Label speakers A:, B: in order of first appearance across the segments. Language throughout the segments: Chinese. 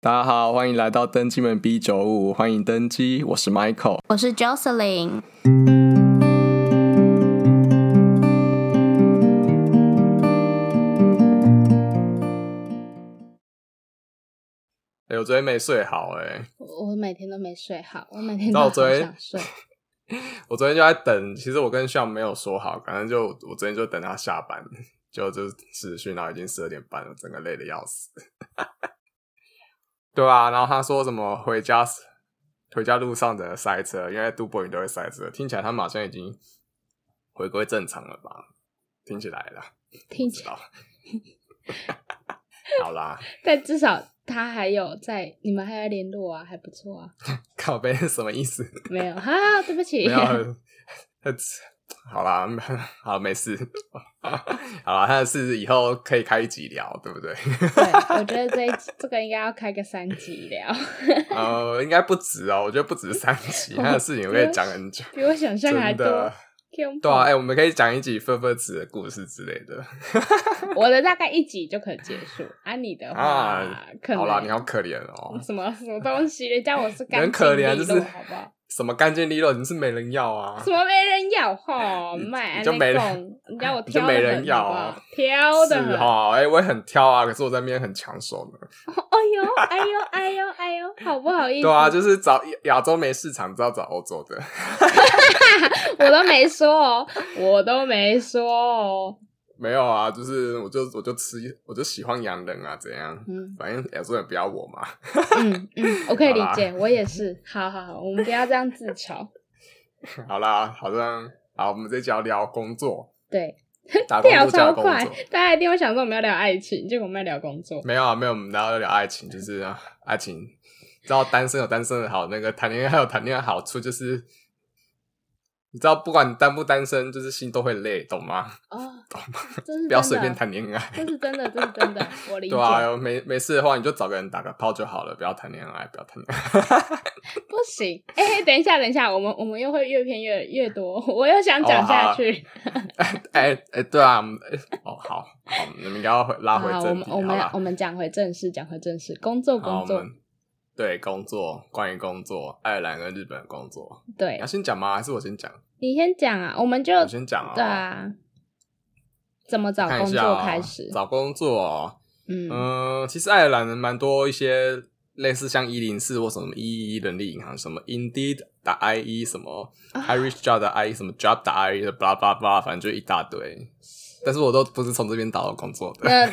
A: 大家好，欢迎来到登机门 B 九五，欢迎登机，我是 Michael。
B: 我是 Jocelyn。
A: 哎、我昨天没睡好哎、
C: 我我每天都没睡好，我每天
A: 那
C: 都
A: 我
C: 好
A: 昨天
C: 想睡。
A: 我昨天就在等，其实我跟向没有说好，反正就我昨天就等他下班， 就就是视讯，然后已经十二点半了，整个累的要死。 对啊，然后他说什么回家回家路上的塞车，因为都柏林都会塞车，听起来他们好像已经回归正常了吧？听起来了，
C: 听
A: 知
C: 起来，
A: 道？好啦，
C: 但至少他还有在，你们还有联络啊，还不错啊。
A: 靠背是什么意思？
C: 没有哈，对不起
A: 没。有，啊很好啦， 好没事， 好啦，但是以后可以开一集聊，对不对？
C: 对，我觉得这一集这个应该要开个三集聊，
A: 呃，应该不止哦，我觉得不止三集，他的事情我可以讲很 久，
C: 比我想象还
A: 真
C: 多。
A: 的。
C: 天
A: 对啊，哎、
C: 哪
A: 我们可以讲一集分分子的故事之类的
C: 我的大概一集就可结束，啊，你的
A: 啊
C: 话，可。能
A: 好啦，你好可怜哦，
C: 什么什么东西？人家我是
A: 你
C: 干
A: 很可
C: 净
A: 怜啊，
C: 利
A: 就
C: 落
A: 是
C: 好不好？
A: 什么干净利落，你是没人要啊
C: 什，么没人 要吼，卖
A: 你就没人
C: 你知道我
A: 你就
C: 挑
A: 没
C: 的
A: 人
C: 很
A: 要
C: 好不
A: 啊
C: 好？挑的
A: 是
C: 很
A: 哈，哎、我也很挑啊，可是我在那边很抢手呢。
C: 哎呦，哎呦，哎呦，哎呦，好不好意思？
A: 对啊，就是找亚洲没市场，只要找欧洲的。
C: 我都没说哦，我都没说哦。
A: 没有啊，就是我就我就吃，我就喜欢洋人啊，怎样？
C: 嗯
A: 反正亚洲人不要我嘛。
C: 嗯嗯，我可以理
A: 好啦
C: 解，我也是。好好好，我们不要这样自嘲。
A: 好啦，好像好，我们这集要聊工 作，
C: 对，
A: 打工
C: 聊
A: 度假
C: 超
A: 工
C: 快
A: 作。，
C: 大家一定会想说我们要聊爱情，结果我们要聊工作。
A: 没有啊，没有，我们聊聊爱情，就是啊爱情。知道单身有单身的好，那个谈恋爱有谈恋爱的好处，就是你知道，不管你单不单身，就是心都会累，懂吗？
C: 哦，这是真的
A: 不要随便，谈恋爱。
C: 这是真的，这是真的，我理解。
A: 对啊，没没事的话，你就找个人打个炮就好了，不要谈恋爱，不要谈恋爱。
C: 不行，哎、等一下，等一下，我们我们又会越偏越越多，我又想
A: 哦
C: 讲下
A: 啊
C: 去。
A: 哎、哎、对啊，我们哎哦，好，好，我们应该要回拉回
C: 啊我
A: 正
C: 们
A: 题，
C: 我
A: 好
C: 们
A: 啦
C: 我们讲回正事，讲回正事，工作
A: 好，
C: 工
A: 我
C: 作，
A: 们对工作，关于工作，爱尔兰跟日本的工作，
C: 对
A: 你要，先讲吗？还是我先讲？
C: 你先讲啊，我们就
A: 我先讲啊、
C: 对啊，怎么找
A: 看
C: 工
A: 一下哦
C: 作开始？
A: 找工作、哦，
C: 嗯
A: 嗯、其实爱尔兰人蛮多一些类似像一零四或什么一一人力银行，什么 Indeed 打 IE，什么
C: 啊
A: Irish Job 的 IE，什么 Job 打 E，IE 的，blah blah blah，反正就一大堆。但是我都不是从这边找到工作 的，
C: 那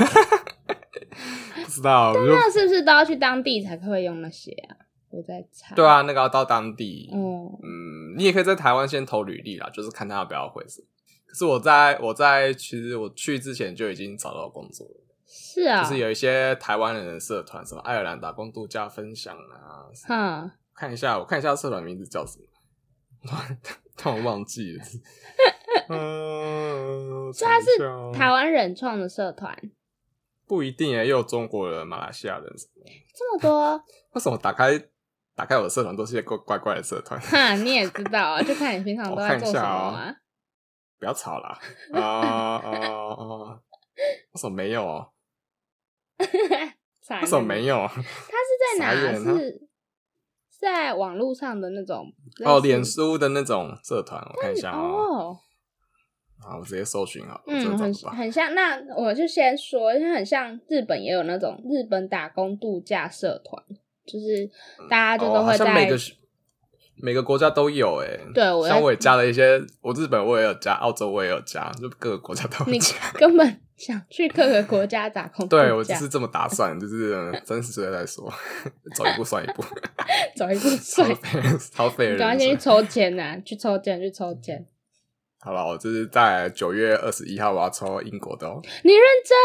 A: 不知道，我就
C: 那是不是都要去当地才会用那些啊？我在猜。
A: 对，啊，那个要到当地，
C: 嗯，
A: 嗯，你也可以在台湾先投履历啦，就是看他要不要回什么。可是我在我在其实我去之前就已经找到工作了，
C: 是啊、
A: 就是有一些台湾人的社团，什么爱尔兰打工度假分享啊，
C: 哼，
A: 看一下我看一下社团名字叫什么，但我忘记 了。嗯，
C: 所以
A: 查
C: 它
A: 一下哦
C: 是台湾人创的社团，
A: 不一定欸耶，也有中国人、马来西亚人什么的。
C: 这 么多，
A: 为什么打开打开我的社团都是一些怪怪怪的社团？
C: 哈，你也知道啊，就看你平常都在做什么
A: 我看
C: 啊。
A: 不要吵 啦！啊啊啊！为什么没有？哦
C: 惨
A: 为什么没有？
C: 它是在哪
A: 傻
C: 啊？
A: 眼啊
C: 是在网络上的那种
A: 哦，
C: 类似
A: 脸书的那种社团，我看一下啊，
C: 哦，
A: 啊，我直接搜寻好了，
C: 嗯，
A: 这
C: 很
A: 找不到。
C: 很像。那我就先说，因为很像日本也有那种日本打工度假社团，就是大家就
A: 哦，
C: 都
A: 好
C: 会
A: 像每
C: 在、
A: 个每个国家都有诶。
C: 对我在
A: 像我也加了一些，我日本我也有加，澳洲我也有加，就各个国家都有
C: 你
A: 加。
C: 根本想去各个国家打工度假，
A: 对我就是这么打算，就是嗯真实的在说， 走一步算一 步，
C: 走一步
A: 超
C: 算，
A: 费超费
C: 你赶快
A: 人
C: 先
A: 生
C: 去。抽签呐、去抽签，去抽签。
A: 好了，我就是在九月二十一号我要抽英国的哦。
C: 你认真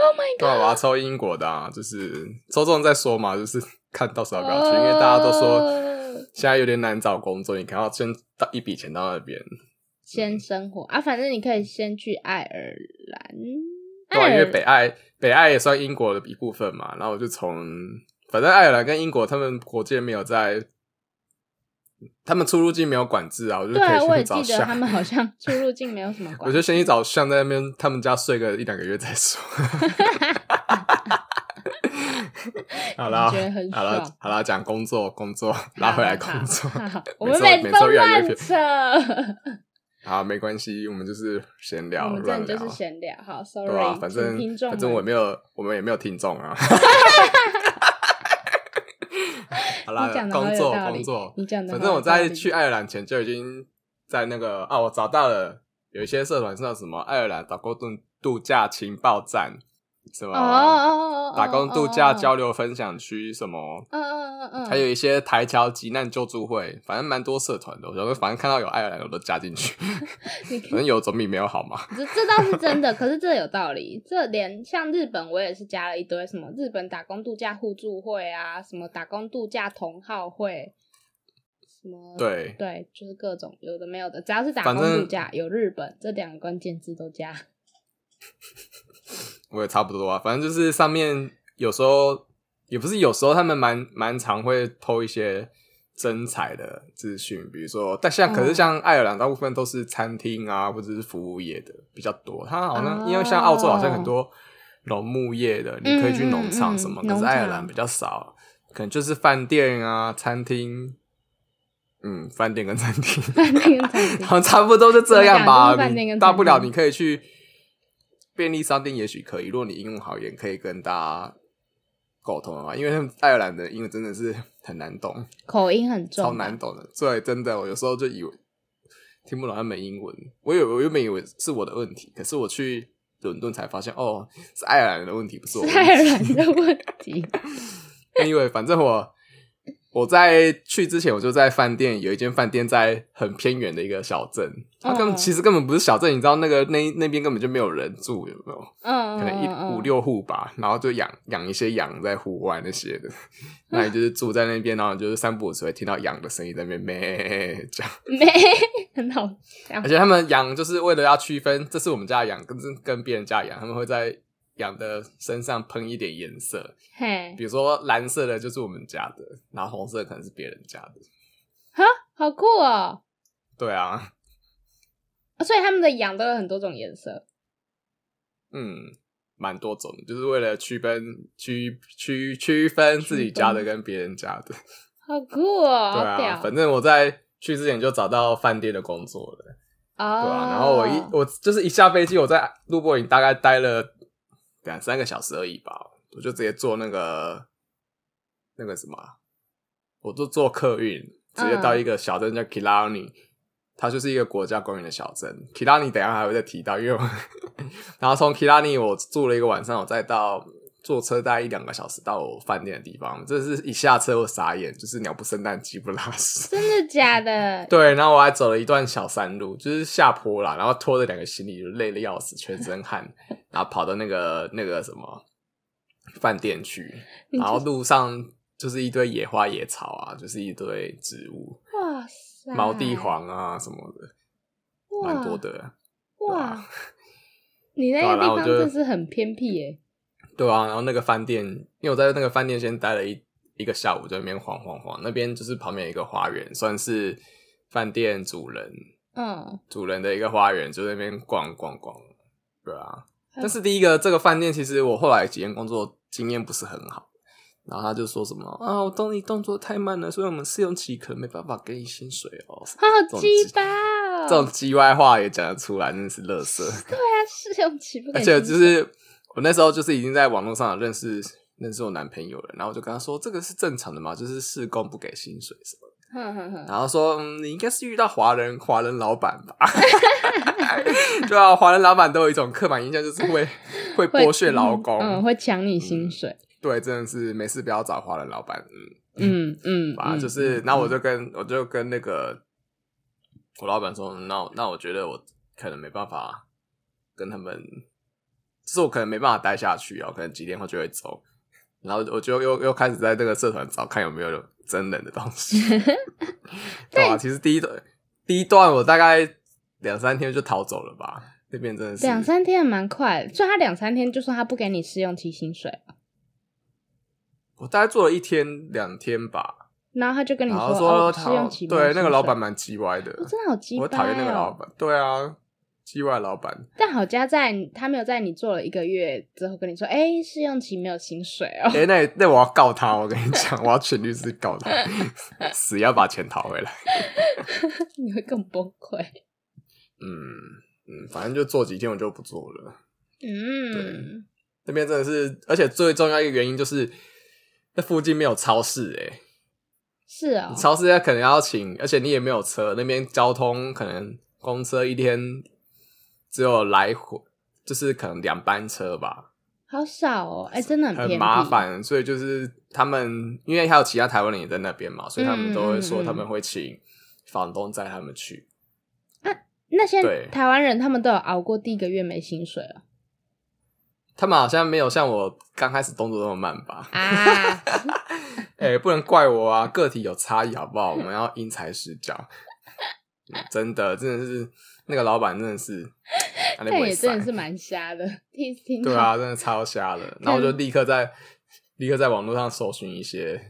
C: ？Oh my
A: 对啊，我要抽英国的啊，就是抽中再说嘛，就是看到时候要不要去，因为大家都说
C: 哦
A: 现在有点难找工作，你可能要先到一笔钱到那边，
C: 先生活啊，反正你可以先去爱尔兰。
A: 对、
C: 爱
A: 啊，因为
C: 尔
A: 北爱北爱也算英国的一部分嘛，然后我就从反正爱尔兰跟英国他们国界没有在，他们出入境没有管制啊，我就可
C: 对，我
A: 以
C: 也
A: 去找
C: 记得他
A: 像，
C: 们好像出入境没有什么
A: 我
C: 关系。
A: 就先去找 像在那边他们家睡个一两个月再说。好啦
C: 感觉很，
A: 好啦
C: 爽，
A: 好啦，讲工作，工作拉回来工作。
C: 好 好好啊我
A: 每
C: 们
A: 次
C: 每
A: 每
C: 次
A: 次
C: 都
A: 越来越
C: 乱
A: 偏
C: 扯，
A: 好，没关系，我们就是闲
C: 我
A: 聊，
C: 们
A: 乱
C: 真的
A: 聊啊
C: 就，是闲聊。好
A: 对
C: ，sorry，
A: 吧？反正
C: 请听众
A: 反
C: 们，
A: 正我也没有，我们也没有听众 啊。 好啦
C: 你讲，得好有
A: 工作
C: 道理
A: 工作，
C: 你讲的，
A: 反正我在去，爱尔兰前就已经在那个啊，我找到了有一些社团是叫什么爱尔兰打工度度假情报站，什么
C: 哦哦 哦，
A: 打工度假交
C: 流，
A: 流分享区什么，
C: 嗯嗯嗯嗯，
A: 还有一些台侨急难救助会，反正蛮多社团的。我想说，反正看到有爱尔兰我都加进 去，
C: 你
A: 反正有总比没有好嘛。
C: 这这倒是真的，可是这有道理。这连像日本，我也是加了一堆什么日本打工度假互助会啊，什么打工度假同好会，什么
A: 对，
C: 对，就是各种有的没有的，只要是打
A: 反
C: 工
A: 正
C: 度假，有日本这两个关键字都加。
A: 我也差不多啊。反正就是上面有时候也不是有时候，他们蛮蛮常会偷一些真彩的资讯，比如说，但像可是
C: 哦
A: 像爱尔兰大部分都是餐厅啊，或者是服务业的比较多。它好像、
C: 哦
A: 因为像澳洲好像很多农牧业的，你可以去农场什么，
C: 嗯嗯嗯
A: 可是爱尔
C: 农
A: 兰
C: 场
A: 比较少，可能就是饭店啊、餐厅。嗯，饭店跟餐厅，
C: 饭 店跟餐厅
A: 好像差不多就这样吧
C: 怎么讲就是。饭店跟餐厅
A: 你大不了你可以去便利商店，也许可以。如果你英文好一点，可以跟大家沟通啊，因为他们爱尔兰的英文真的是很难懂，
C: 口音很重，
A: 超 难。懂的。对，真的，我有时候就以为听不懂他们英文。我有我原本以为是我的问题，可是我去伦敦才发现，哦，是爱尔兰人的问题，不是
C: 是
A: 我的问题。
C: 爱尔兰的问题，
A: Anyway，反正我我在去之前，我就在饭店有一间饭店在很偏远的一个小镇，它根本、
C: 嗯
A: 其实根本不是小镇，你知道那个那那边根本就没有人住，有没有？
C: 嗯，
A: 可能一
C: 嗯嗯
A: 五六户吧，然后就养养一些羊在户外那些的， 那你就是住在那边，然后你就是散步的时候会听到羊的声音在那边咩这样，
C: 没很好笑
A: 而，且他们羊就是为了要区分这是我们家的羊跟跟别人家的羊，他们会在羊的身上喷一点颜色，
C: 嘿，
A: 比如说蓝色的就是我们家的，然后红色可能是别人家的。
C: 好酷哦！
A: 对啊，
C: 所以他们的羊都有很多种颜色，
A: 嗯，蛮多种的，就是为了区分区区区分自己家的跟别人家的。
C: 好酷哦！
A: 对
C: 好屌
A: 啊，反正我在去之前就找到饭店的工作了，对
C: 哦，
A: 啊，然后我一我就是一下飞机，我在录播营大概待了两三个小时而已吧，我就直接坐那个那个什么啊，我就坐客运，直接到一个小镇叫 Killarney，、它就是一个国家公园的小镇。Killarney 等一下还会再提到，因为我 然后从 Killarney 我住了一个晚上，我再到坐车大概一两个小时到我饭店的地方，这是一下车我傻眼，就是鸟不生蛋，鸡不拉屎。
C: 真的假的？
A: 对，然后我还走了一段小山路，就是下坡啦，然后拖着两个行李，就累得要死，全身汗，然后跑到那个那个什么饭店去，
C: 你
A: 然后
C: 就
A: 路上就是一堆野花野草啊，就是一堆植物，
C: 哇塞，
A: 毛地黄啊什么的，
C: 嗯哇
A: 蛮多的，啊
C: 哇！你那
A: 对啊
C: 个
A: 然
C: 地
A: 后
C: 方
A: 我就
C: 真是很偏僻耶、
A: 对啊，然后那个饭店，因为我在那个饭店先待了一一个下午，在那边晃晃晃，那边就是旁边有一个花园，算是饭店主人
C: 嗯，
A: 主人的一个花园，就在那边逛逛逛，对啊。
C: 嗯
A: 但是第一个这个饭店，其实我后来几天工作经验不是很好，然后他就说什么啊，我动你动作太慢了，所以我们试用期可能没办法给你薪水哦。
C: 好
A: 种
C: 鸡
A: 鸡
C: 巴哦！
A: 这种叽歪话也讲得出来，真的是乐色。
C: 对啊，试用期不给
A: 而
C: 薪水，
A: 且就是我那时候就是已经在网络上有认识认识我男朋友了，然后我就跟他说这个是正常的嘛，就是试工不给薪水什么的。
C: 哼哼哼，
A: 然后说、嗯、你应该是遇到华人华人老板吧？ 对啊，华人老板都有一种刻板印象，就是会会
C: 会
A: 剥削劳工。
C: 嗯，会抢你薪水，
A: 对，真的是没事不要找华人老板。嗯，
C: 嗯嗯，
A: 吧，
C: 嗯
A: 就是，
C: 嗯
A: 那我就跟我就跟那个我老板说，嗯那我那我觉得我可能没办法跟他们，就是我可能没办法待下去啊，我可能几天后就会走。然后我就又又开始在这个社团找看有没有真人的东 西。对啊，其实第一段第一段我大概两三天就逃走了吧，那边真的是
C: 两三天还蛮快的，所以他两三天就说他不给你试用期薪水，
A: 我大概做了一天两天吧，
C: 然后他就跟你
A: 然
C: 说
A: 后说
C: 哦，试
A: 他
C: 用期没有
A: 对那
C: 薪
A: 个老
C: 水
A: 板，蛮鸡歪的
C: 我，真的好鸡巴，
A: 我讨厌那个老，板。对啊，机外老板，
C: 但好家在他没有在你做了一个月之后跟你说，哎、试用期没有薪水哦。
A: 哎、那那我要告他，我跟你讲，我要请律师告他，死要把钱讨回来。
C: 你会更崩溃。
A: 嗯嗯，反正就做几天我就不做了。
C: 嗯，
A: 那边真的是，而且最重要一个原因就是，那附近没有超市、欸，
C: 是哦
A: 你，超市要可能要请，而且你也没有车，那边交通可能公车一天只有来回，就是可能两班车吧，
C: 好少哦，哎、真的偏
A: 很
C: 僻，
A: 麻烦。所以就是他们，因为还有其他台湾人也在那边嘛，所以他们都会说
C: 嗯嗯嗯
A: 他们会请房东载他们去。
C: 那些
A: 对
C: 台湾人他们都有熬过第一个月没薪水 哦。
A: 他们好像没有像我刚开始动作那么慢吧？
C: 啊，
A: 哎、不能怪我啊，个体有差异好不好？我们要因材施教。嗯真的，真的是那个老板真的 是，那
C: 但啊也真的是蛮瞎的，听听
A: 对
C: 到
A: 啊，真的超瞎 的。然后我就立刻在立刻在网络上搜寻一些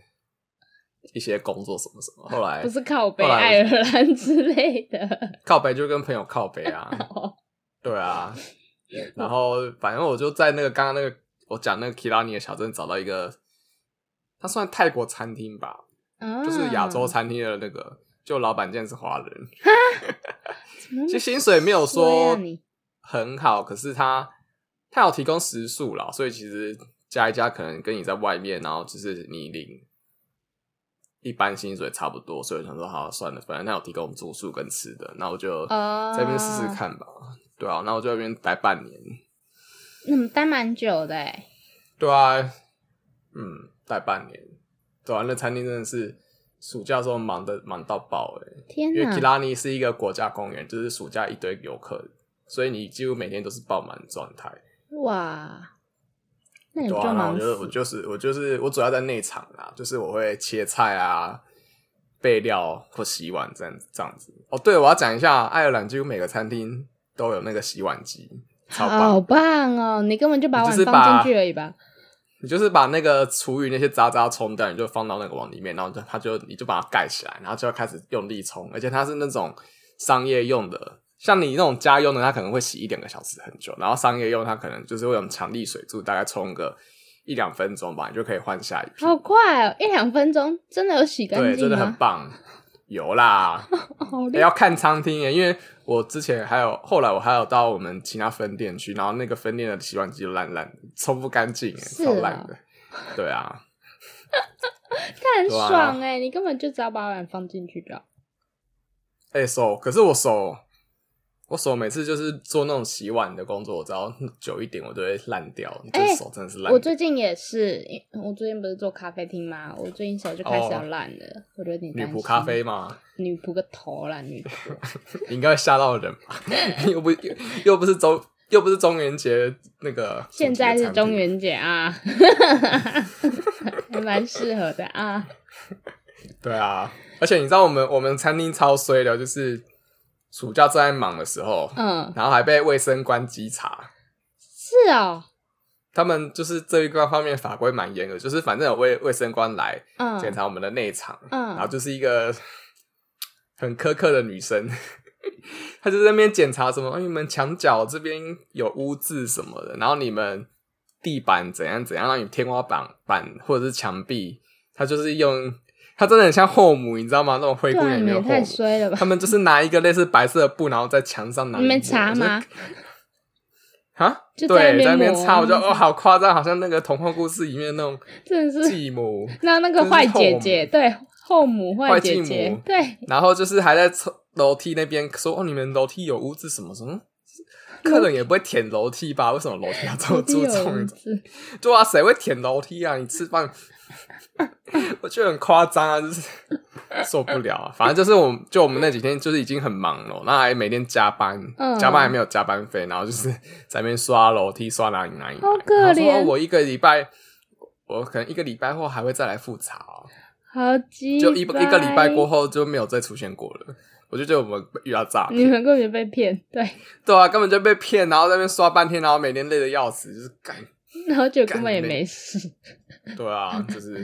A: 一些工作什么什么。后来
C: 不是靠北
A: 后来我
C: 爱尔兰之类的，
A: 靠北就跟朋友靠北啊，对啊。然后反正我就在那个刚刚那个我讲那个基拉尼的小镇找到一个，它算泰国餐厅吧，就是亚洲
C: 啊
A: 餐厅的那个，就老板竟然是华人。
C: 怎么那么
A: 其实薪水没有
C: 衰啊
A: 说
C: 你
A: 很好，可是他他有提供食宿啦，所以其实加一加可能跟你在外面，然后就是你领一般薪水差不多，所以我想说好算了，反正他有提供住宿跟吃的，那我就
C: 哦
A: 在那边试试看吧。对啊，那我就在那边待半年。
C: 你们嗯待蛮久的哎，
A: 对啊，嗯，待半年。对啊，那餐厅真的是暑假的时候忙的忙到爆哎、
C: 天
A: 因为基
C: 哪！
A: 拉尼是一个国家公园，就是暑假一堆游客，所以你几乎每天都是爆满状态。
C: 哇，那你
A: 对
C: 就
A: 啊，然后
C: 忙
A: 我就我
C: 死
A: 就是我就是我主要在内场啊，就是我会切菜啊、备料或洗碗这样这样子。哦，对，我要讲一下，爱尔兰几乎每个餐厅都有那个洗碗机，超棒！
C: 好棒哦！你根本就把
A: 你就
C: 碗
A: 是把
C: 放进去而已吧？
A: 你就是把那个厨余那些渣渣冲掉，你就放到那个碗里面，然后就它就你就把它盖起来，然后就要开始用力冲，而且它是那种商业用的。像你那种家用的，它可能会洗一两个小时很久，然后商业用它可能就是会用强力水柱，大概冲个一两分钟吧，你就可以换下一批。
C: 好快哦，一两分钟真的有洗干
A: 对，真
C: 净
A: 的很
C: 吗？
A: 棒，有啦，
C: 哦好
A: 欸
C: 厉害！
A: 要看餐厅耶，因为我之前还有后来我还有到我们其他分店去，然后那个分店的洗碗机就烂烂的，冲不干净耶，
C: 是
A: 超
C: 哦
A: 烂的，对啊，
C: 但很
A: 对啊
C: 爽哎，你根本就只要把碗放进去就好。
A: 哎、手，可是我手。我手每次就是做那种洗碗的工作，我只要久一点，我都会烂掉。
C: 欸
A: 这手真的是烂
C: 我
A: 掉。
C: 最近也是，因我最近不是做咖啡厅吗？我最近手就开始要烂了，我觉得你
A: 哦女仆咖啡，嘛，
C: 女仆个头啦， 女仆。
A: 你应该会吓到人吧？ 又不又又不是中又不是中元节那个主题
C: 现
A: 的
C: 在是
A: 产
C: 中
A: 品
C: 元节啊， 还蛮适合的啊。
A: 对啊，而且你知道我们我们餐厅超衰的，就是暑假正在忙的时候，
C: 嗯，
A: 然后还被卫生官稽查。
C: 是哦，
A: 他们就是这一关方面法规蛮严的，就是反正有卫卫生官来
C: 嗯，
A: 检查我们的内场，
C: 嗯
A: 然后就是一个 很苛刻的女生， 她就在那边检查什么，哎，你们墙角这边有污渍什么的，然后你们地板怎样怎样，让你们天花板板或者是墙壁，她就是用，她真的很像后母，你知道吗？那种灰姑
C: 对啊，
A: 娘里
C: 你
A: 面
C: 们
A: 有后
C: 也太
A: 母，
C: 衰了吧
A: 他？们就是拿一个类似白色的布，然后在墙上拿一
C: 你
A: 抹。
C: 们查
A: 就是
C: 吗？
A: 啊，
C: 就在那
A: 对，
C: 边
A: 在那边
C: 抹
A: 擦，我就
C: 他们
A: 哦，好夸张，好像那个童话故事里面那种
C: 真的是，
A: 继母，
C: 那那个坏姐姐，对，后母坏姐
A: 坏继母
C: 姐，对，
A: 然后就是还在抽楼梯那边说哦，你们楼梯有污渍什么什么，客人也不会舔楼梯吧？为什么楼梯要这么 注重？
C: 字，
A: 对啊，谁会舔楼梯啊？你吃饭，我觉得很夸张啊，就是受不了啊。反正就是我们，就我们那几天就是已经很忙了，那还每天加班，
C: 嗯
A: 加班还没有加班费，然后就是在那边刷楼梯，刷哪里哪里哪里，
C: 好可
A: 然
C: 怜
A: 后说哦我一个礼拜，我可能一个礼拜后还会再来复查哦、
C: 好鸡，
A: 就一一个礼拜过，后就没有再出现过了。我就觉得我们遇到诈
C: 你
A: 骗，
C: 们根本就被骗，对，
A: 对啊，根本就被骗，然后在那边刷半天，然后每天累得要死，就是干，
C: 然后就根
A: 干
C: 本也
A: 嘞
C: 没事，
A: 对啊， 就是。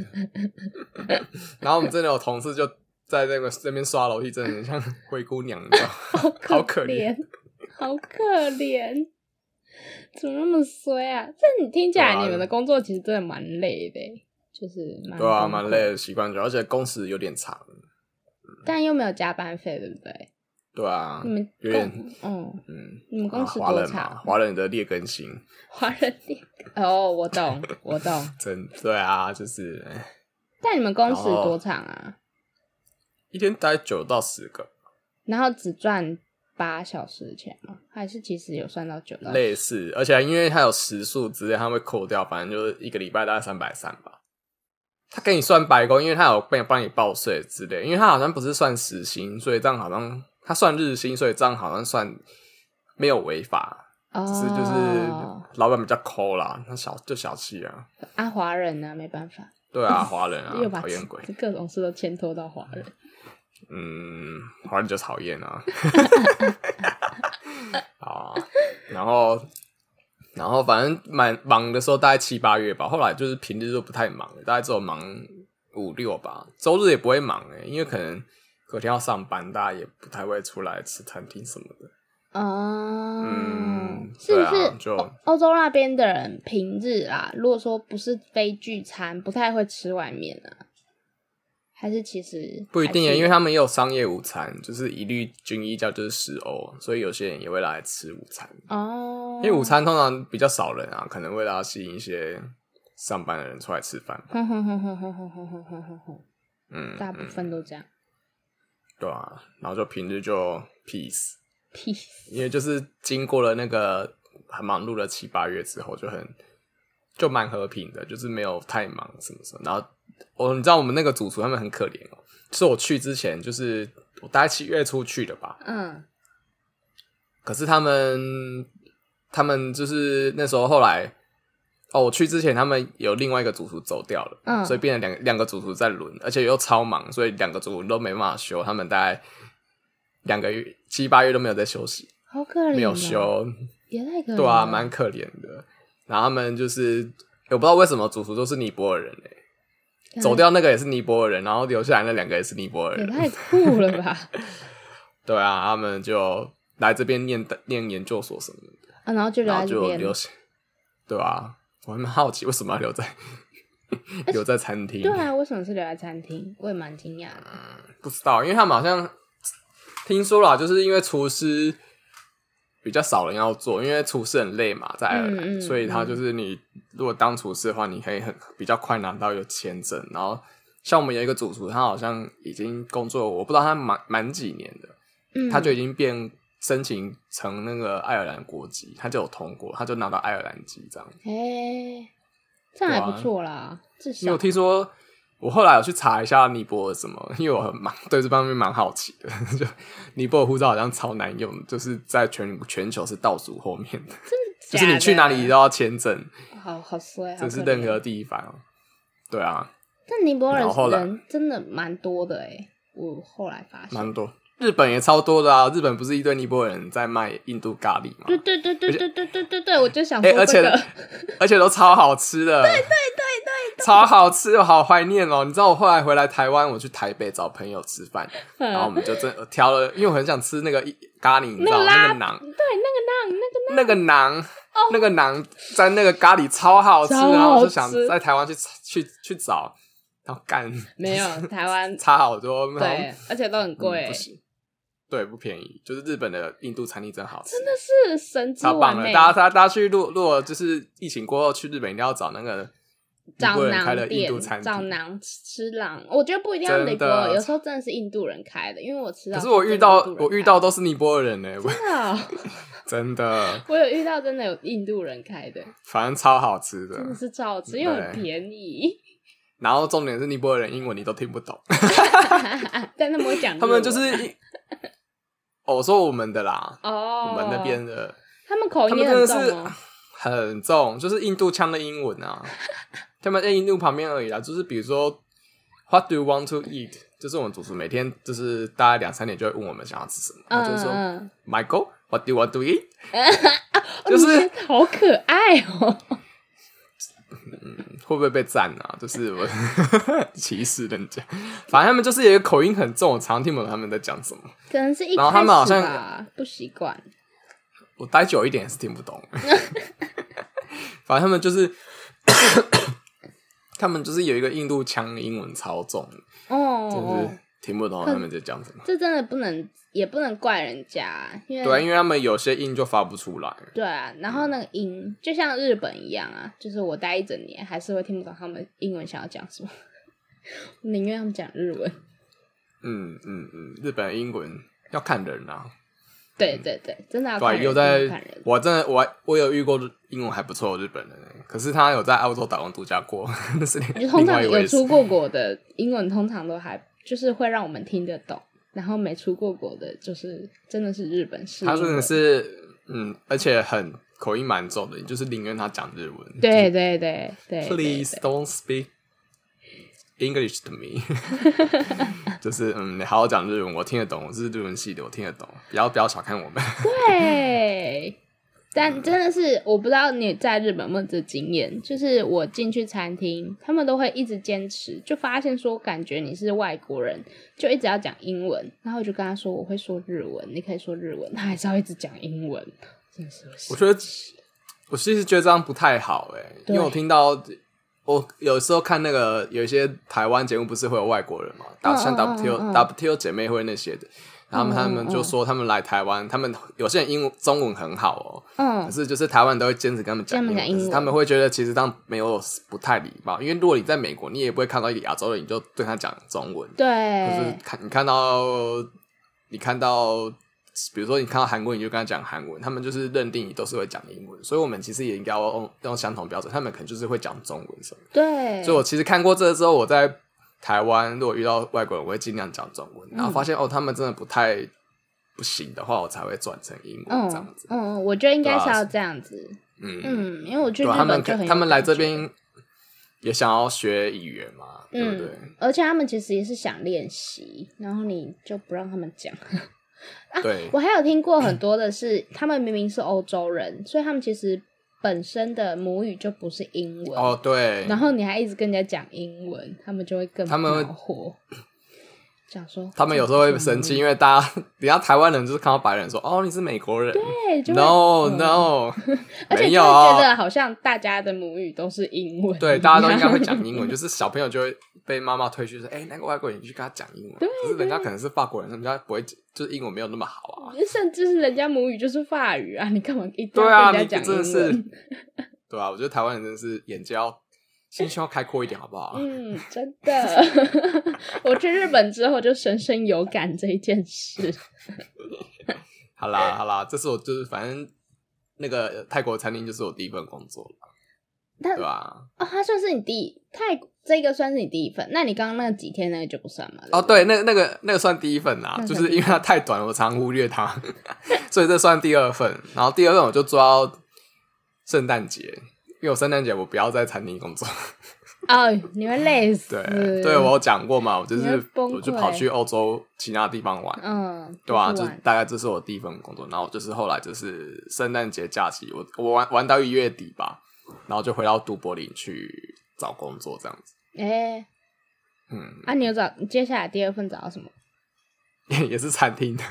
A: 然后我们真的有同事就在那个那边刷楼梯，真的很像灰姑娘，你知道吗，
C: 好
A: 好可
C: 怜，好可怜，怎么那么衰啊？这你听起
A: 对
C: 来，
A: 啊
C: 你们的工作其实真的蛮累的欸，就是蛮
A: 对啊，
C: 痛苦
A: 蛮累，的，习惯就，而且工时有点长，
C: 但又没有加班费，对不对？
A: 对啊
C: 你，们
A: 有
C: 工
A: 点
C: 嗯，
A: 嗯，
C: 你们工
A: 啊
C: 时
A: 华
C: 多
A: 人嘛，
C: 长？
A: 华人的劣根性，
C: 华人店哦，我懂，我懂。
A: 真对啊，就是哎
C: 但你们工时
A: 然后
C: 多长啊？
A: 一天待九到十个，
C: 然后只赚八小时的钱吗？还是其实有算到九到十？
A: 类似，而且因为它有时数之类，它会扣掉，反正就是一个礼拜大概三百三吧。他给你算白工，因为他有帮帮你报税之类，因为他好像不是算时薪，所以这样好像他算日薪，所以这样好像算没有违法，
C: 哦，
A: 只是就是老板比较抠啦，他小就小气啊，
C: 啊，华人啊，没办法，
A: 对啊，华人啊
C: 又，把
A: 讨厌鬼，
C: 各种事都牵拖到华人。
A: 嗯，华人就讨厌啊。 啊，然后，然后反正蛮忙的时候大概七八月吧，后来就是平日都不太忙了，大概只有忙五六吧，周日也不会忙诶、因为可能隔天要上班，大家也不太会出来吃餐厅什么的。
C: 哦，
A: 嗯
C: 是不
A: 对啊
C: 是
A: 就
C: 欧欧洲那边的人平日啊，如果说不是非聚餐，不太会吃外面啊？还是其实
A: 不一定
C: 还
A: 诶、
C: 是
A: 因为他们也有商业午餐，就是一律均一价就是十欧，所以有些人也会来吃午餐。
C: 哦，
A: 啊因为午，餐通常比较少人啊，可能为了要吸引一些上班的人出来吃饭。
C: 哼哼哼哼哼哼哼哼哼哼哼，
A: 嗯，
C: 大部
A: 嗯
C: 分都这样。
A: 对啊，然后就平日就 peace，
C: 屁，
A: 因为就是经过了那个很忙碌的七八月之后，就很就蛮和平的，就是没有太忙什么什么。然后我你知道我们那个主厨他们很可怜哦，就是我去之前就是我大概七月初去的吧，
C: 嗯，
A: 可是他们他们就是那时候后来。哦，我去之前他们有另外一个主厨走掉了，
C: 嗯
A: 所以变成两个两个主厨在轮，而且又超忙，所以两个主厨都没办法休，他们大概两个月七八月都没有在休息，
C: 好可怜、哦嗯
A: 没有，休，
C: 也太可怜了。
A: 对啊，蛮可怜的。然后他们就是，欸我不知道为什么主厨都是尼泊尔人嘞、
C: 干
A: 走掉那个也是尼泊尔人，然后留下来那两个也是尼泊尔
C: 也
A: 人。
C: 太酷了吧！啊
A: 对啊，他们就来这边念念研究所什么的，
C: 啊，然后就留
A: 然
C: 在
A: 后就
C: 这边，
A: 留下。对啊，我还蛮好奇为什么要留在留在餐厅。
C: 对啊，为什么是留在餐厅？我也蛮惊讶的。
A: 不知道，因为他们好像听说啦，就是因为厨师比较少人要做，因为厨师很累嘛，在爱尔兰，
C: 嗯嗯
A: 所以他就是你如果当厨师的话，你可以很比较快拿到有签证。然后像我们有一个主厨，他好像已经工作，我不知道他满满几年的，
C: 嗯，
A: 他就已经变申请成那个爱尔兰国籍，他就有通过，他就拿到爱尔兰籍这样。
C: 哎、这样还
A: 对啊
C: 不错啦，至
A: 因为
C: 少
A: 我听说，我后来有去查一下尼泊尔什么，因为我很蛮对这方面蛮好奇的。 就尼泊尔护照好像超难用，就是在全全球是倒数后面的，就
C: 假
A: 是你去哪里都
C: 的
A: 要签证，
C: 好好衰，好
A: 这是
C: 可
A: 任何
C: 怜。
A: 地方。对啊，
C: 但尼泊尔
A: 然后后来
C: 人真的蛮多的哎、我后来发现，
A: 蛮多。日本也超多的啊！日本不是一堆尼泊尔人在卖印度咖喱
C: 对
A: 吗？
C: 对对对对对对对对，我就想
A: 哎、
C: 说
A: 而
C: 这
A: 且
C: 个，
A: 而且都超好吃 的，对对对对，超好吃，我好怀念哦！你知道我后来回来台湾，我去台北找朋友吃饭，
C: 嗯
A: 然后我们就真的挑了，因为我很想吃那个一咖喱，你知
C: 那
A: 道
C: 个
A: 那
C: 拉
A: 个馕，
C: 对那个馕那
A: 那个馕，那个馕沾那个咖喱超好吃，
C: 超好吃
A: 然后我就想在台湾去去去找，然后干
C: 个没 有台湾
A: 差好多，然后
C: 对，而且都很
A: 嗯
C: 贵、
A: 不行，对，不便宜，就是日本的印度餐厅真好吃，
C: 真的是神之
A: 超
C: 完
A: 棒的
C: 美。，
A: 大家大家大家去如如果就是疫情过后去日本，一定要找那个尼
C: 找
A: 泊尔人开的
C: 馕
A: 印
C: 店
A: 度餐，
C: 找
A: 厅。
C: 馕吃馕，我觉得不一定要
A: 真
C: 尼泊
A: 的
C: 尔，有时候真的是印度人开的，因为我吃到
A: 可是我
C: 真的
A: 遇到
C: 印度人
A: 我遇
C: 开
A: 到
C: 的
A: 都是尼泊尔人呢、我
C: 真的哦、
A: 真的，
C: 我有遇到真的有印度人开的，
A: 反正超好吃
C: 真的
A: 的。
C: 是超好吃，又很
A: 对
C: 便宜，
A: 然后重点是尼泊尔人英文你都听不 懂，
C: 啊但他们会讲日文，
A: 他们
C: 嗯
A: 就是一，哦我说我们的啦，
C: 哦，
A: 我们那边的，
C: 他们口
A: 他
C: 音
A: 们真的
C: 也很重
A: 是
C: 哦，
A: 很重，就是印度腔的英文 啊。他们在印度旁边而已啦，就是比如说 What do you want to eat？就是我们主厨每天就是大概两三点就会啊问我们想要吃什么，
C: 嗯
A: 他就是说
C: 嗯
A: Michael What do you want to eat？
C: 哦
A: 就是
C: 你真的好可爱哦，
A: 会不会被赞啊？就是我 歧视人家，反正他们就是有一个口音很重，我常听不懂他们在讲什么。
C: 可能是一
A: 然后
C: 开
A: 他
C: 始
A: 们好像
C: 吧，不习惯，
A: 我待久一点也是听不懂。 反正他们就是他们就是有一个印度腔，的英文超重，
C: 哦，
A: 真
C: 哦
A: 是听不懂他们在讲什么。
C: 这真的不能，也不能怪人家，因为
A: 对啊，因为他们有些音就发不出来。
C: 对啊，然后那个音就像日本一样啊，就是我待一整年还是会听不懂他们英文想要讲什么，我宁愿他们讲日文。
A: 嗯嗯嗯，日本的英文要看人啊。
C: 对对对，真的要
A: 对，
C: 看
A: 啊
C: 人，
A: 又
C: 真的要看
A: 在
C: 人，
A: 我真的我还我有遇过英文还不错的日本人欸，可是他有在澳洲打工度假过， 那是
C: 就
A: 另
C: 通
A: 另外
C: 常
A: 一
C: 有
A: 回事
C: 出。过国的英文，通常都还就是会让我们听得懂，然后没出过国的，就是真的是日本式英
A: 他
C: 文。
A: 真的是嗯，而且很口音蛮重的，就是宁愿他讲日文。
C: 对对对对对
A: ，Please don't speak English to me 。就是嗯，你好好讲日文，我听得懂，我是日文系的，我听得懂。不要不要小看我们。
C: 对，但真的是我不知道你在日本有没有这经验，就是我进去餐厅，他们都会一直坚持，就发现说感觉你是外国人，就一直要讲英文，然后我就跟他说我会说日文，你可以说日文，他还是要一直讲英文，真是 不
A: 我
C: 是
A: 觉得，我其实觉得这样不太好哎、
C: 对
A: 因为我听到我有时候看那个有一些台湾节目，不是会有外国人嘛，
C: 嗯
A: 打
C: 嗯
A: 像
C: 嗯
A: WTO、
C: 嗯嗯嗯
A: WTO 姐妹会那些的，然后他们他们就说他们来台湾，他们有些人英文中文很好哦、可
C: 嗯，
A: 是就是台湾都会坚持跟他们讲
C: 跟他
A: 英文，
C: 们讲英
A: 可
C: 文
A: 是他们会觉得其实这样没有不太礼貌，因为如果你在美国，你也不会看到一个亚洲人你就对他讲中文，可是
C: 对，
A: 看你看到你看到，比如说你看到韩国，你就跟他讲韩文，他们就是认定你都是会讲英文，所以我们其实也应该要用用相同标准，他们可能就是会讲中文什么的。
C: 对，
A: 所以我其实看过这之后，我在台湾如果遇到外国人，我会尽量讲中文，然
C: 嗯
A: 后发现、哦，他们真的不太不行的话，我才会转成英文
C: 嗯
A: 这样子
C: 嗯。嗯，我觉得应该是
A: 对啊
C: 要这样子，
A: 嗯
C: 嗯，因为我去
A: 对
C: 日
A: 啊，他
C: 本
A: 们
C: 就很有
A: 他们来
C: 感
A: 这
C: 觉
A: 边也想要学语言嘛，对不对？
C: 嗯，而且他们其实也是想练习，然后你就不让他们讲。
A: 对
C: 啊我还有听过很多的是，他们明明是欧洲人，所以他们其实本身的母语就不是英文，
A: 哦，对，
C: 然后你还一直跟人家讲英文，他们就会更
A: 他们
C: 恼火，讲说
A: 他们有时候会生
C: 嗯
A: 气，，因为大家，人家台湾人就是看到白人说：“哦，你是美国人。
C: 对，就会
A: ”No
C: 嗯
A: No，
C: 而且
A: 没
C: 就
A: 有
C: 会觉
A: 哦。
C: 得好像大家的母语都是英文，
A: 对，大家都应该会讲英文，就是小朋友就会被妈妈推去说：“哎、那个外国人，你去跟他讲英文。”可是人家可能是法国人，人家不会，就是英文没有那么 好啊。
C: 甚至是人家母语就是法语啊，你干嘛一定
A: 对啊，
C: 要跟
A: 你
C: 人家
A: 真
C: 讲
A: 的
C: 英
A: 是
C: 文？，
A: 对啊，我觉得台湾人真的是眼界要心胸要开阔一点，好不好？
C: 嗯，真的， 我去日本之后就深深有感这一 件事。
A: 好啦好啦，这是我就是反正那个呃泰国餐厅就是我第一份工作了，
C: 但
A: 对吧、
C: 哦，它算是你第一泰这个算是你第一份，那你刚刚那几天那个就不算嘛？
A: 哦，
C: 不对，
A: 对，那那个那个算第一份啦，
C: 那算
A: 就
C: 第
A: 是因
C: 一份
A: 为它太短，我常忽略它， 所以这算第二份。然后第二份我就做到圣诞节，因为我圣诞节我不要在餐厅工作，
C: 哦，你会累死。
A: 对，对我有讲过嘛，我就
C: 嗯你会
A: 是
C: 崩溃
A: 我就跑去欧洲其他地方玩，
C: 嗯，
A: 对啊，
C: 不
A: 就
C: 玩
A: 是大概这是我第一份工作，然后就是后来就是圣诞节假期，我我玩玩到一月底吧，然后就回到都柏林去找工作这样子，
C: 哎、
A: 嗯，
C: 啊，你有找接下来第二份找到什么？
A: 也是餐厅的，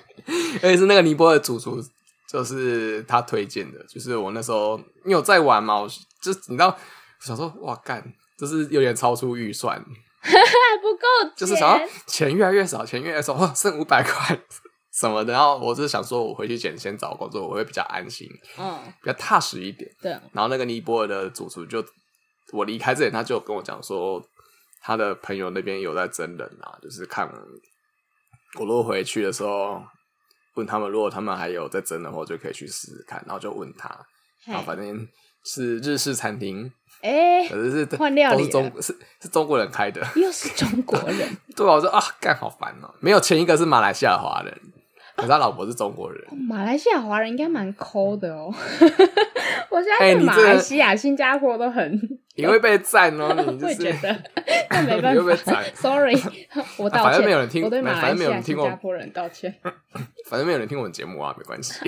A: 而且是那个尼泊尔主厨，就是他推荐的，就是我那时候因为我在玩嘛，我就你知道，我想说哇干，就是有点超出预算，
C: 还不够，
A: 就是想要钱越来越少，钱越来越少，哇，剩五百块什么的，然后我是想说我回去捡先找工作，我会比较安心，
C: 嗯，
A: 比较踏实一点。
C: 对，哦
A: 然后那个尼泊尔的主厨就我离开之前，他就有跟我讲说，他的朋友那边有在真人啊，就是看我如果回去的时候，问他们如果他们还有在真的话，我就可以去试试看。然后就问他，然后
C: 嘿
A: 反正是日式餐厅，
C: 哎、
A: 可是是
C: 换料理
A: 都是中是是中国人开的。
C: 又是中国人
A: 对啊，我说啊，干好烦哦、没有前一个是马来西亚华人，可是他老婆是中国人。
C: 哦，马来西亚华人应该蛮抠的哦。 我现
A: 哎
C: 在对
A: 你
C: 马
A: 这
C: 来西亚、新加坡都很
A: 你会被赞哦、你
C: 我
A: 就
C: 也觉
A: 是
C: 得， 那没办
A: 你会不会
C: 法
A: 宰 啊
C: ，sorry，我道歉。
A: 反正没有人听
C: 我对马
A: 反
C: 来
A: 正
C: 西
A: 没有
C: 亚、
A: 人
C: 新
A: 听过
C: 加坡人道歉。
A: 反正没有人听我们节目啊，没关系。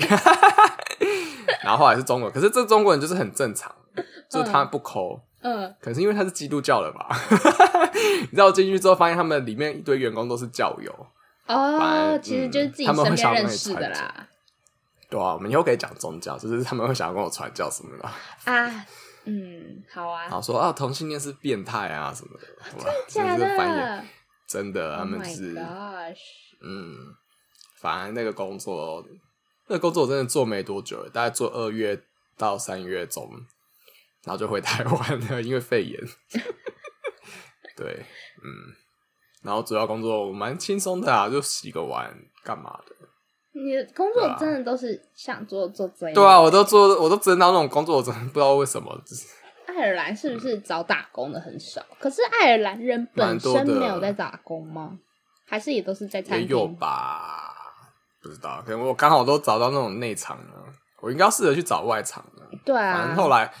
A: 然后后来是中国人，可是这中国人就是很正常，就是他不抠，
C: 嗯，
A: 可能是因为他是基督教了吧。 你知道我进去之后，发现他们里面一堆员工都是教友，
C: 哦，
A: 反嗯
C: 其实就是自己
A: 他们
C: 身
A: 会
C: 边
A: 想
C: 认
A: 帮你
C: 识
A: 拆
C: 的
A: 解
C: 啦。
A: 对啊，我们以后可以讲宗教，就是他们会想要跟我传教什么的，
C: 啊，嗯，好啊，
A: 然后说啊同性恋是变态啊什么的，哇
C: 假
A: 真的是翻眼
C: 的
A: 真的，他
C: ，Oh
A: 们
C: my
A: 是
C: gosh，
A: 嗯，反正那个工作，那个工作我真的做没多久了，大概做二月到三月中，然后就回台湾了，因为肺炎。 对，嗯，然后主要工作我蛮轻松的啊，就洗个碗干嘛的。
C: 你的工
A: 对
C: 作
A: 啊
C: 真的都是想做做这样？
A: 对啊，我都做，我都只能到那种工作，我真的不知道为什么，就是
C: 爱尔兰是不是找打工的很少？可是爱尔兰人本
A: 蛮多
C: 身
A: 的
C: 没有在打工吗？还是也都是在餐
A: 也
C: 厅？
A: 有吧，不知道，可能我刚好都找到那种内场了，我应该要试着去找外场了。
C: 对
A: 反
C: 啊，
A: 正后来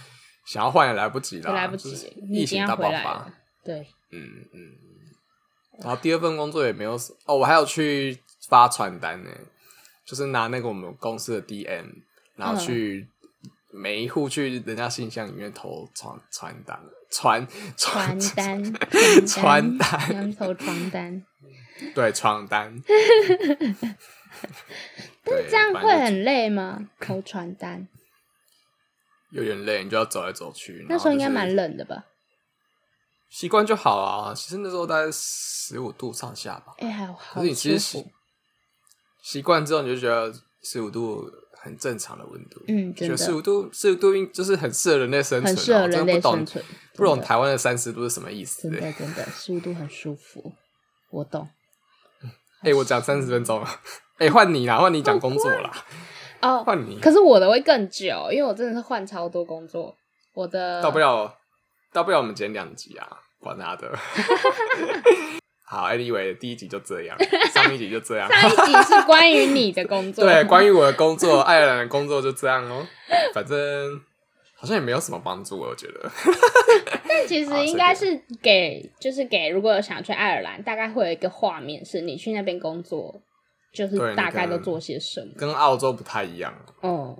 A: 想要换也来不及
C: 也
A: 了，
C: 来不
A: 就是
C: 及，你
A: 疫
C: 已经
A: 情
C: 要
A: 大
C: 回
A: 爆
C: 来
A: 发
C: 了。。对，
A: 嗯嗯。然后第二份工作也没有什哦，我还有去发传单呢，就是拿那个我们公司的 DM，然后去每一户去人家信箱里面投传传单，传
C: 传
A: 传，
C: 单传
A: 传单
C: 单，投 传单，
A: 对传 单。但
C: 这样会很累吗？投传单，
A: 有点累，你就要走来走去。
C: 那时候应该
A: 然后就
C: 蛮
A: 是
C: 冷的吧？
A: 习惯就好啊。其实那时候大概十五度上下吧。
C: 哎，还
A: 可
C: 好
A: 是你其实
C: 舒
A: 习
C: 服，
A: 习惯之后，你就觉得十五度很正常的温度。
C: 嗯，
A: 觉
C: 真
A: 得十
C: 的
A: 五度，十五度应就是很适合人类生存、啊，
C: 很适合
A: 我真
C: 人
A: 的
C: 类
A: 不懂
C: 生存，
A: 不懂
C: 真的
A: 台湾的三十度是什么意思、
C: 真
A: 欸？
C: 的真的，十五度很舒服，我懂。
A: 哎、我讲三十分钟了， 哎、换你啦，换你讲工作啦，
C: 哦，
A: 换你，
C: 可是我的会更久，因为我真的是换超多工作。我的
A: 到不了，到不了，我们剪两集啊，管他的。 好，Anyway，第一集就这样，上一集就这样。
C: 上一集是关于你的工 作，
A: 对，关于我的工作，爱尔兰的工作就这样哦、反正好像也没有什么帮助，啊我觉得。
C: 但其实应该是给，就是给如果有想去爱尔兰，大概会有一个画面是你去那边工作，就是
A: 对
C: 大概
A: 那
C: 都
A: 个
C: 做些什么。
A: 跟澳洲不太一样。
C: 哦，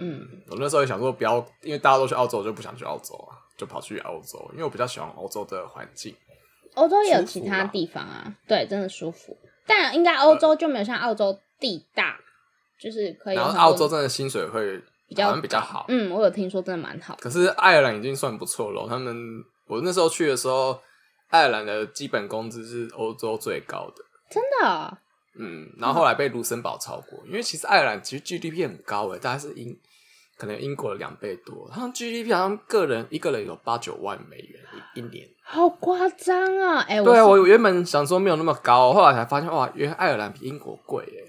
A: 嗯，我那时候也想说不要，因为大家都去澳洲，我就不想去澳洲啊，就跑去欧洲，因为我比较喜欢欧洲的环境。
C: 欧洲也有
A: 舒
C: 其
A: 服
C: 他
A: 啦
C: 地方啊，对，真的舒服。但应该欧洲就没有像澳洲地大，就是可以有
A: 然
C: 很
A: 后
C: 多。
A: 澳洲真的薪水会
C: 比较
A: 好像比较好，
C: 嗯，我有听说真的蛮好的。
A: 可是爱尔兰已经算不错了。他们我那时候去的时候，爱尔兰的基本工资是欧洲最高的。
C: 真的哦
A: 嗯，然后后来被卢森堡超过，因为其实爱尔兰其实 GDP 很高诶，大概是英可能英国的两倍多，好像 GDP 好像个人一个人有八九万美元一一年。
C: 好夸张啊！哎、
A: 对啊，
C: 是
A: 我原本想说没有那么高，后来才发现哇，原来爱尔兰比英国贵耶。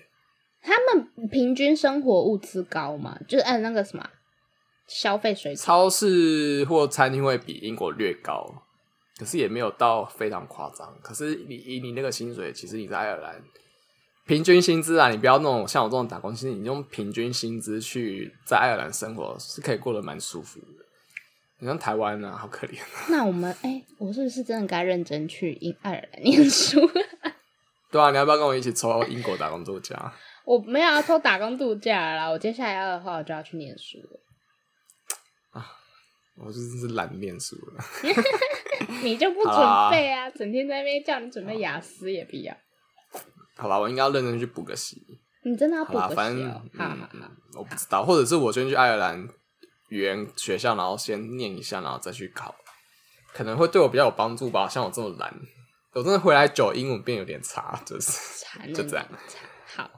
C: 他们平均生活物资高嘛，就是哎按那个什么消费水准，
A: 超市或餐厅会比英国略高，可是也没有到非常夸张。可是你以你那个薪水，其实你在爱尔兰平均薪资啊，你不要那种像我这种打工薪资，你用平均薪资去在爱尔兰生活是可以过得蛮舒服的。你像台湾啊，好可怜。
C: 那我们哎、我是不是真的该认真去英爱尔兰念书？
A: 对啊，你要不要跟我一起抽英国打工度假？
C: 我没有要偷打工度假了啦，我接下来要的话我就要去念书了。
A: 我真是懒得念书了。
C: 你就不准备啊，整天在那边叫你准备雅思也不要，
A: 好啦，我应该要认真去补个习。
C: 你真的要补
A: 好啦，
C: 个
A: 反
C: 习
A: 正
C: 哦、好好
A: 嗯
C: 好
A: 嗯，我不知道，或者是我先去爱尔兰语言学校，然后先念一下，然后再去考，可能会对我比较有帮助吧。像我这么懒，我真的回来久，英文变有点差，就是
C: 惨了
A: 就这样
C: 你惨好，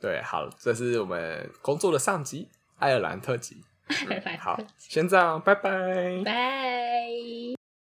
A: 对。好，这是我们工作的上集，爱尔兰特辑。嗯
C: 爱尔兰
A: 好
C: 特辑，
A: 先这样，拜拜
C: 拜。